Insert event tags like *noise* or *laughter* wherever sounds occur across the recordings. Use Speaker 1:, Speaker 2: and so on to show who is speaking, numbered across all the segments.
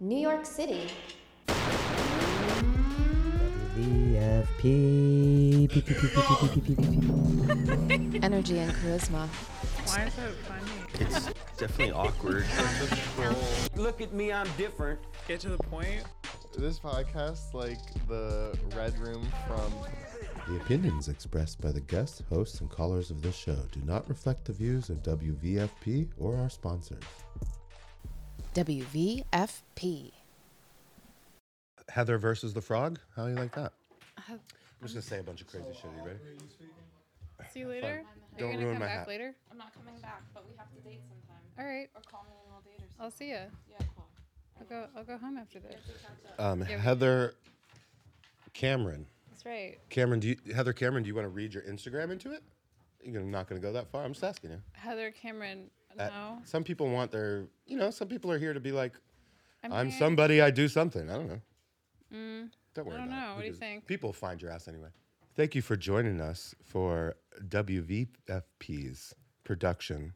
Speaker 1: New York City.
Speaker 2: VFP. P- p- p- p- p- p- p- p- p-
Speaker 1: Energy and charisma.
Speaker 3: Why is that funny?
Speaker 4: It's definitely awkward.
Speaker 5: Look at me, I'm different.
Speaker 3: Get to the point.
Speaker 6: This podcast, like the Red Room from
Speaker 7: The opinions expressed by the guests, hosts, and callers of this show do not reflect the views of WVFP or our sponsors.
Speaker 1: WVFP.
Speaker 7: Heather versus the Frog. How do you like that? I'm just gonna say a bunch of crazy shit. You ready?
Speaker 8: See you later. Are
Speaker 7: Don't
Speaker 8: you gonna
Speaker 7: ruin
Speaker 8: come
Speaker 7: my
Speaker 8: back
Speaker 7: hat.
Speaker 8: later?
Speaker 9: I'm not coming back, but we have to date sometime.
Speaker 8: All right.
Speaker 9: Or call me and we'll date or something.
Speaker 8: I'll see ya.
Speaker 9: Yeah, cool.
Speaker 8: I'll go. I'll go home after this.
Speaker 7: Um, Heather Cameron.
Speaker 8: That's right.
Speaker 7: Cameron, do you, Heather Cameron, do you want to read your Instagram into it? You're gonna- not gonna go that far. I'm just asking you.
Speaker 8: Heather Cameron.
Speaker 7: That-
Speaker 8: No.
Speaker 7: Uh, Some people want their, you know, some people are here to be like, I'm,
Speaker 8: here.
Speaker 7: somebody, I do something. I don't know. don't worry
Speaker 8: I
Speaker 7: about
Speaker 8: don't
Speaker 7: it.
Speaker 8: know.
Speaker 7: Who
Speaker 8: What do you
Speaker 7: gives-
Speaker 8: think?
Speaker 7: People find your ass anyway. Thank you for joining us for WVFP's production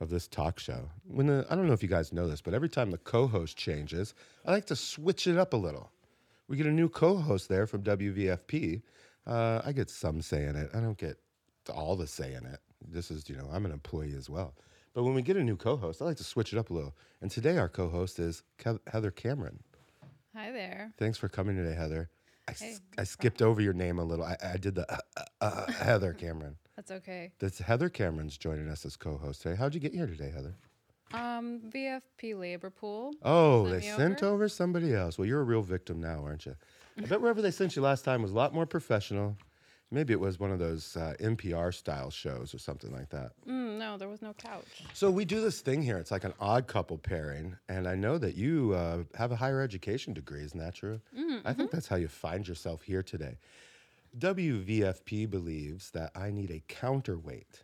Speaker 7: of this talk show. When the, I don't know if you guys know this, but every time the co-host changes, I like to switch it up a little. We get a new co-host there from WVFP. Uh, I get some say in it. I don't get all the say in it. This is, you know, I'm an employee as well. But when we get a new co-host, I like to switch it up a little. And today our co-host is Kev- Heather Cameron.
Speaker 8: Hi there.
Speaker 7: Thanks for coming today, Heather. I, s- I skipped over your name a little. I, I did the uh, uh, uh, Heather Cameron.
Speaker 8: That's okay.
Speaker 7: That's Heather Cameron's joining us as co-host today. How'd you get here today, Heather?
Speaker 8: Um, VFP labor pool.
Speaker 7: Oh,
Speaker 8: Sent
Speaker 7: they
Speaker 8: me
Speaker 7: sent
Speaker 8: over?
Speaker 7: over somebody else. Well, you're a real victim now, aren't you? I bet wherever they sent you last time was a lot more professional. Maybe it was one of those uh, NPR style shows or something like that.
Speaker 8: Mm, no, there was no couch.
Speaker 7: So we do this thing here. It's like an odd couple pairing, and I know that you uh, have a higher education degree, isn't that true?
Speaker 8: Mm-hmm,
Speaker 7: I think that's how you find yourself here today. WVFP believes that I need a counterweight,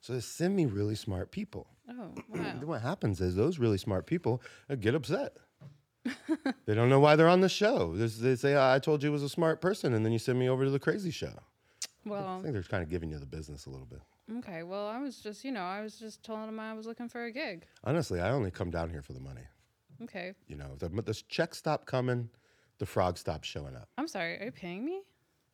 Speaker 7: so they send me really smart people.
Speaker 8: Mm. Oh wow.
Speaker 7: *clears throat* Then what happens is those really smart people uh, get upset. *laughs* they don't know why they're on the show. There's- They say, "I told you I was a smart person," and then you send me over to the crazy show. I
Speaker 8: Well,
Speaker 7: think they're kind of giving you the business a little bit.
Speaker 8: okay. Well, I was just, you know, I was just telling him I was looking for a gig.
Speaker 7: Honestly, I only come down here for the money.
Speaker 8: Okay.
Speaker 7: You know, the, the checks stop coming, the frogs stop showing up.
Speaker 8: I'm sorry. Are you paying me?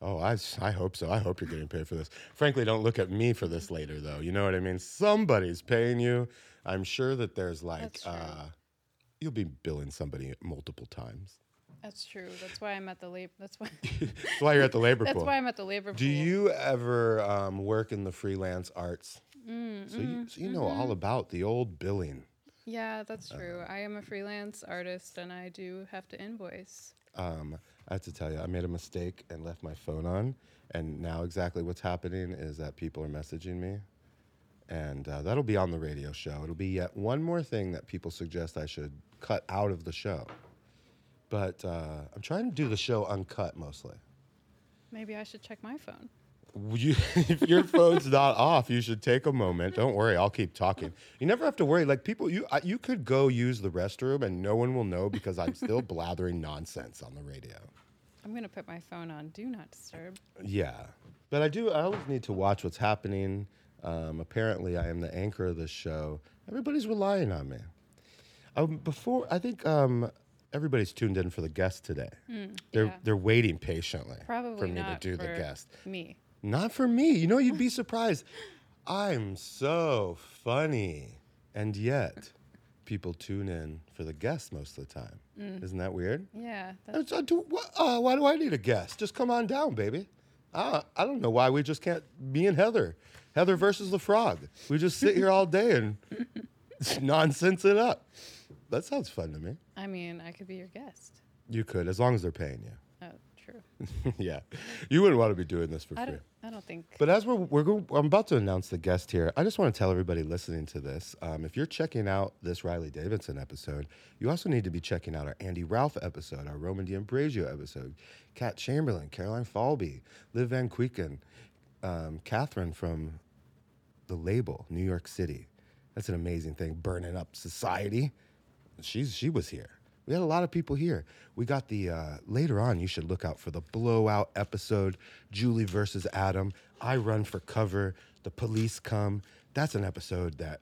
Speaker 7: Oh, I, s- I hope so. I hope you're getting paid for this. Frankly, don't look at me for this later, though. You know what I mean? Somebody's paying you. I'm sure that there's like,
Speaker 8: That's true.
Speaker 7: uh, you'll be billing somebody multiple times.
Speaker 8: That's true. That's why I'm at the lab. That's why.
Speaker 7: That's why you're at the *laughs* labor
Speaker 8: *laughs* that's
Speaker 7: pool.
Speaker 8: why I'm at the labor
Speaker 7: Do
Speaker 8: pool.
Speaker 7: you ever um, work in the freelance arts? so
Speaker 8: Mm,
Speaker 7: you, so you know
Speaker 8: mm-hmm.
Speaker 7: all about the old billing.
Speaker 8: Yeah, that's
Speaker 7: Uh,
Speaker 8: true. I am a freelance artist, and I do have to invoice.
Speaker 7: Um, I have to tell you, I made a mistake and left my phone on. And now, exactly what's happening is that people are messaging me. And uh, that'll be on the radio show. It'll be yet one more thing that people suggest I should cut out of the show. But uh, I'm trying to do the show uncut mostly.
Speaker 8: Maybe I should check my phone.
Speaker 7: You, *laughs* if your phone's not off, you should take a moment. Don't worry, I'll keep talking. You never have to worry. Like people, you I, you could go use the restroom and no one will know because I'm still blathering nonsense on the radio.
Speaker 8: I'm gonna put my phone on do not disturb.
Speaker 7: Yeah, but I do. I always need to watch what's happening. Um, apparently, I am the anchor of this show. Everybody's relying on me. Um, before I think um, everybody's tuned in for the guest today. they're
Speaker 8: Hmm, yeah.
Speaker 7: they're waiting patiently
Speaker 8: Probably
Speaker 7: for me
Speaker 8: not
Speaker 7: to do the
Speaker 8: for
Speaker 7: guest.
Speaker 8: Me.
Speaker 7: Not for me. You know,
Speaker 8: *laughs*
Speaker 7: you'd be surprised. I'm so funny, and yet people tune in for the guest most of the time.
Speaker 8: Hmm.
Speaker 7: Isn't that weird?
Speaker 8: Yeah. That's,
Speaker 7: It's- I do- wh- uh, why do I need a guest? Just come on down, baby. I, I don't know why we just can't. Me and Heather, Heather versus the frog. We just sit here all day and *laughs* nonsense it up. That sounds fun to me.
Speaker 8: I mean, I could be your guest.
Speaker 7: You could, as long as they're paying you. *laughs*
Speaker 8: Oh, true.
Speaker 7: yeah, you wouldn't want to be doing this for
Speaker 8: I
Speaker 7: free.
Speaker 8: don't. I don't think.
Speaker 7: But as we're, we're go- I'm about to announce the guest here, I just want to tell everybody listening to this um, if you're checking out this Riley Davidson episode, you also need to be checking out our Andy Ralph episode, our Roman D'Ambrosio episode, Kat Chamberlain, Caroline Falby, Liv Van Quicken, um, Catherine from The Label, New York City. That's an amazing thing, burning up society she's she was here. We had a lot of people here. We got the uh, later on. You should look out for the blowout episode, Julie versus Adam. I run for cover. The police come. That's an episode that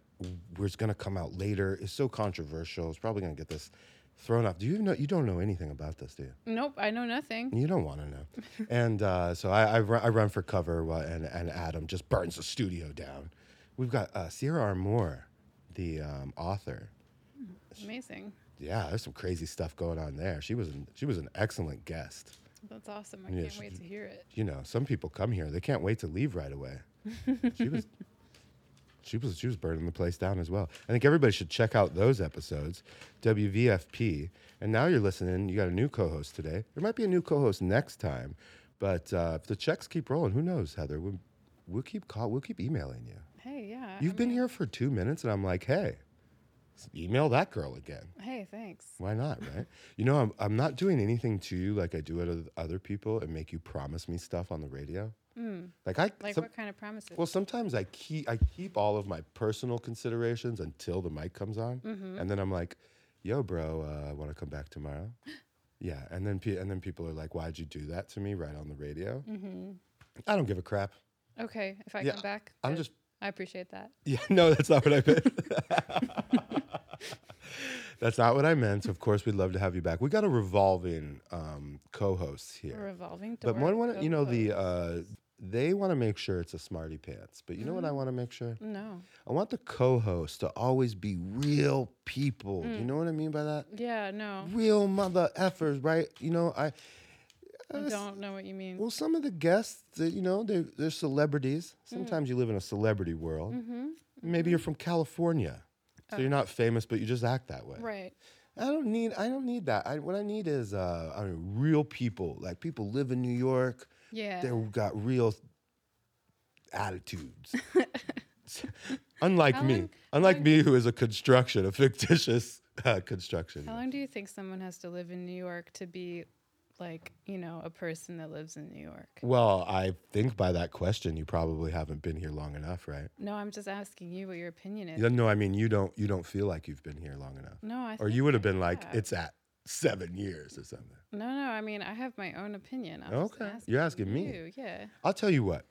Speaker 7: was going to come out later. It's so controversial. It's probably going to get this Thrown off. Do you know? You don't know anything about this, do you?
Speaker 8: Nope, I know nothing.
Speaker 7: You don't want to know. and uh, so I, I, run, I run for cover, while, and, and Adam just burns the studio down. We've got uh, Sierra R. Moore, the um, author.
Speaker 8: Amazing.
Speaker 7: Yeah, there's some crazy stuff going on there. She was an, she was an excellent guest.
Speaker 8: That's awesome. I
Speaker 7: Yeah,
Speaker 8: can't
Speaker 7: she-
Speaker 8: wait to hear it.
Speaker 7: You know, some people come here, they can't wait to leave right away. She was she was she was burning the place down as well. I think everybody should check out those episodes. WVFP. And now you're listening. You got a new co-host today. There might be a new co-host next time, but uh, if the checks keep rolling, who knows, Heather? We'll, we'll keep call, we'll keep emailing you.
Speaker 8: Hey, yeah. I
Speaker 7: You've been
Speaker 8: mean,
Speaker 7: here for two minutes, and I'm like, hey, s- email that girl again.
Speaker 8: Hey, thanks.
Speaker 7: Why not, right? you know, I'm, I'm not doing anything to you like I do at oth- other people and make you promise me stuff on the radio. Like I,
Speaker 8: Hmm. Like,
Speaker 7: some-
Speaker 8: what kind of promises?
Speaker 7: well, sometimes I keep I keep all of my personal considerations until the mic comes on,
Speaker 8: Mm-hmm.
Speaker 7: and then I'm like, "Yo, bro, uh, want to come back
Speaker 8: *laughs*
Speaker 7: tomorrow?" yeah, and then pe- and then people are like, "Why'd you do that to me right on the radio?"
Speaker 8: Mm-hmm.
Speaker 7: I don't give a crap.
Speaker 8: okay, if I
Speaker 7: yeah,
Speaker 8: come back,
Speaker 7: I'm
Speaker 8: good.
Speaker 7: just
Speaker 8: I appreciate that.
Speaker 7: yeah, *laughs* no, that's not what I meant. *laughs* that's not what I meant. Of course, we'd love to have you back. We got a revolving um, co-hosts here,
Speaker 8: Revolving door.
Speaker 7: but one, one,
Speaker 8: go
Speaker 7: you know, the
Speaker 8: close.
Speaker 7: uh, they want to make sure it's a smarty pants. But you know what I want to make sure?
Speaker 8: no.
Speaker 7: I want the co-host to always be real people. Do You know what I mean by that?
Speaker 8: Yeah, no.
Speaker 7: Real mother effers, right? You know, I
Speaker 8: I
Speaker 7: Uh,
Speaker 8: don't know what you mean.
Speaker 7: well, some of the guests, that, you know, they're, they're celebrities.
Speaker 8: Mm.
Speaker 7: Sometimes you live in a celebrity world.
Speaker 8: Mm-hmm.
Speaker 7: Maybe you're from California, so you're not famous, but you just act that way.
Speaker 8: Oh. right.
Speaker 7: I don't need. I don't need that. I, what I need is, uh, I mean, real people. Like people live in New York.
Speaker 8: Yeah.
Speaker 7: They've got real attitudes.
Speaker 8: *laughs*
Speaker 7: *laughs* unlike
Speaker 8: How
Speaker 7: me,
Speaker 8: long-
Speaker 7: unlike me, who is a construction, a fictitious uh, construction.
Speaker 8: How long do you think someone has to live in New York to be like, you know, a person that lives in New York?
Speaker 7: Well, I think by that question, you probably haven't been here long enough, right?
Speaker 8: No, I'm just asking you what your opinion is.
Speaker 7: Yeah, No, I mean you don't. You don't feel like you've been here long enough,
Speaker 8: No, I
Speaker 7: or
Speaker 8: think
Speaker 7: you would have
Speaker 8: I
Speaker 7: been like,
Speaker 8: have.
Speaker 7: it's at seven years or something.
Speaker 8: No, no, I mean I have my own opinion. I'm just
Speaker 7: Okay, you're asking me.
Speaker 8: you, Yeah.
Speaker 7: I'll tell you what.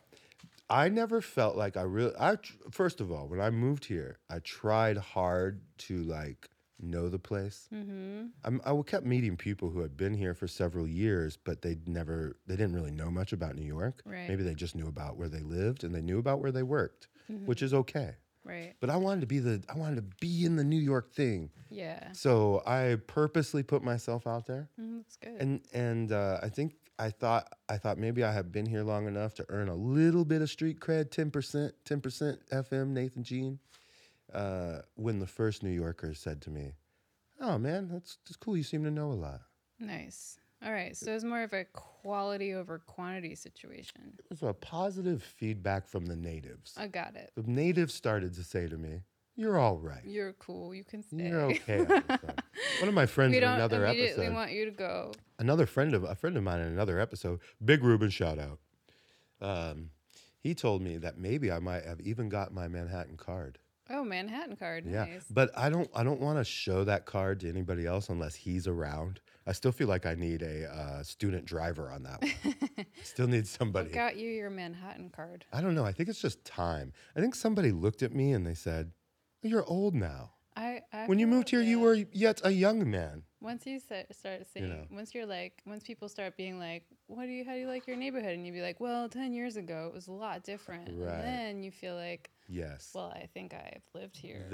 Speaker 7: I never felt like I really. I tr- first of all, when I moved here, I tried hard to like know the place.
Speaker 8: Mm-hmm.
Speaker 7: I'm, I kept meeting people who had been here for several years, but they never, they didn't really know much about New York.
Speaker 8: Right.
Speaker 7: Maybe they just knew about where they lived and they knew about where they worked,
Speaker 8: Mm-hmm.
Speaker 7: which is okay.
Speaker 8: Right.
Speaker 7: But I wanted to be the, I wanted to be in the New York thing,
Speaker 8: Yeah.
Speaker 7: so I purposely put myself out there,
Speaker 8: Mm, that's good.
Speaker 7: and and uh, I think I thought I thought maybe I had been here long enough to earn a little bit of street cred, ten percent, ten percent FM Nathan Jean. Uh, when the first New Yorker said to me, "Oh man, that's, that's cool. You seem to know a lot."
Speaker 8: nice. All right. So it's more of a quality over quantity situation.
Speaker 7: It was a positive feedback from the natives.
Speaker 8: I got it.
Speaker 7: the natives started to say to me, "You're all right.
Speaker 8: You're cool. You can stay.
Speaker 7: You're
Speaker 8: *laughs*
Speaker 7: okay." on this one." One of my friends
Speaker 8: we
Speaker 7: in
Speaker 8: don't
Speaker 7: another
Speaker 8: immediately
Speaker 7: episode,
Speaker 8: want you to go.
Speaker 7: another friend of a friend of mine in another episode, Big Ruben shout out. Um, he told me that maybe I might have even got my Manhattan card.
Speaker 8: Oh, Manhattan card.
Speaker 7: Yeah,
Speaker 8: Nice.
Speaker 7: but I don't. I don't want to show that card to anybody else unless he's around. I still feel like I need a uh, student driver on that one. still need somebody.
Speaker 8: What got you your Manhattan card?
Speaker 7: I don't know. I think it's just time. I think somebody looked at me and they said, "You're old now.
Speaker 8: I, I
Speaker 7: When you
Speaker 8: feel
Speaker 7: moved here, you
Speaker 8: that.
Speaker 7: were yet a young man."
Speaker 8: Once you sa- start saying,
Speaker 7: know.
Speaker 8: once you're like, once people start being like, what do you, how do you like your neighborhood? And you'd be like, well, 10 years ago, it was a lot different.
Speaker 7: Right.
Speaker 8: And then you feel like,
Speaker 7: Yes.
Speaker 8: well, I think I've lived here.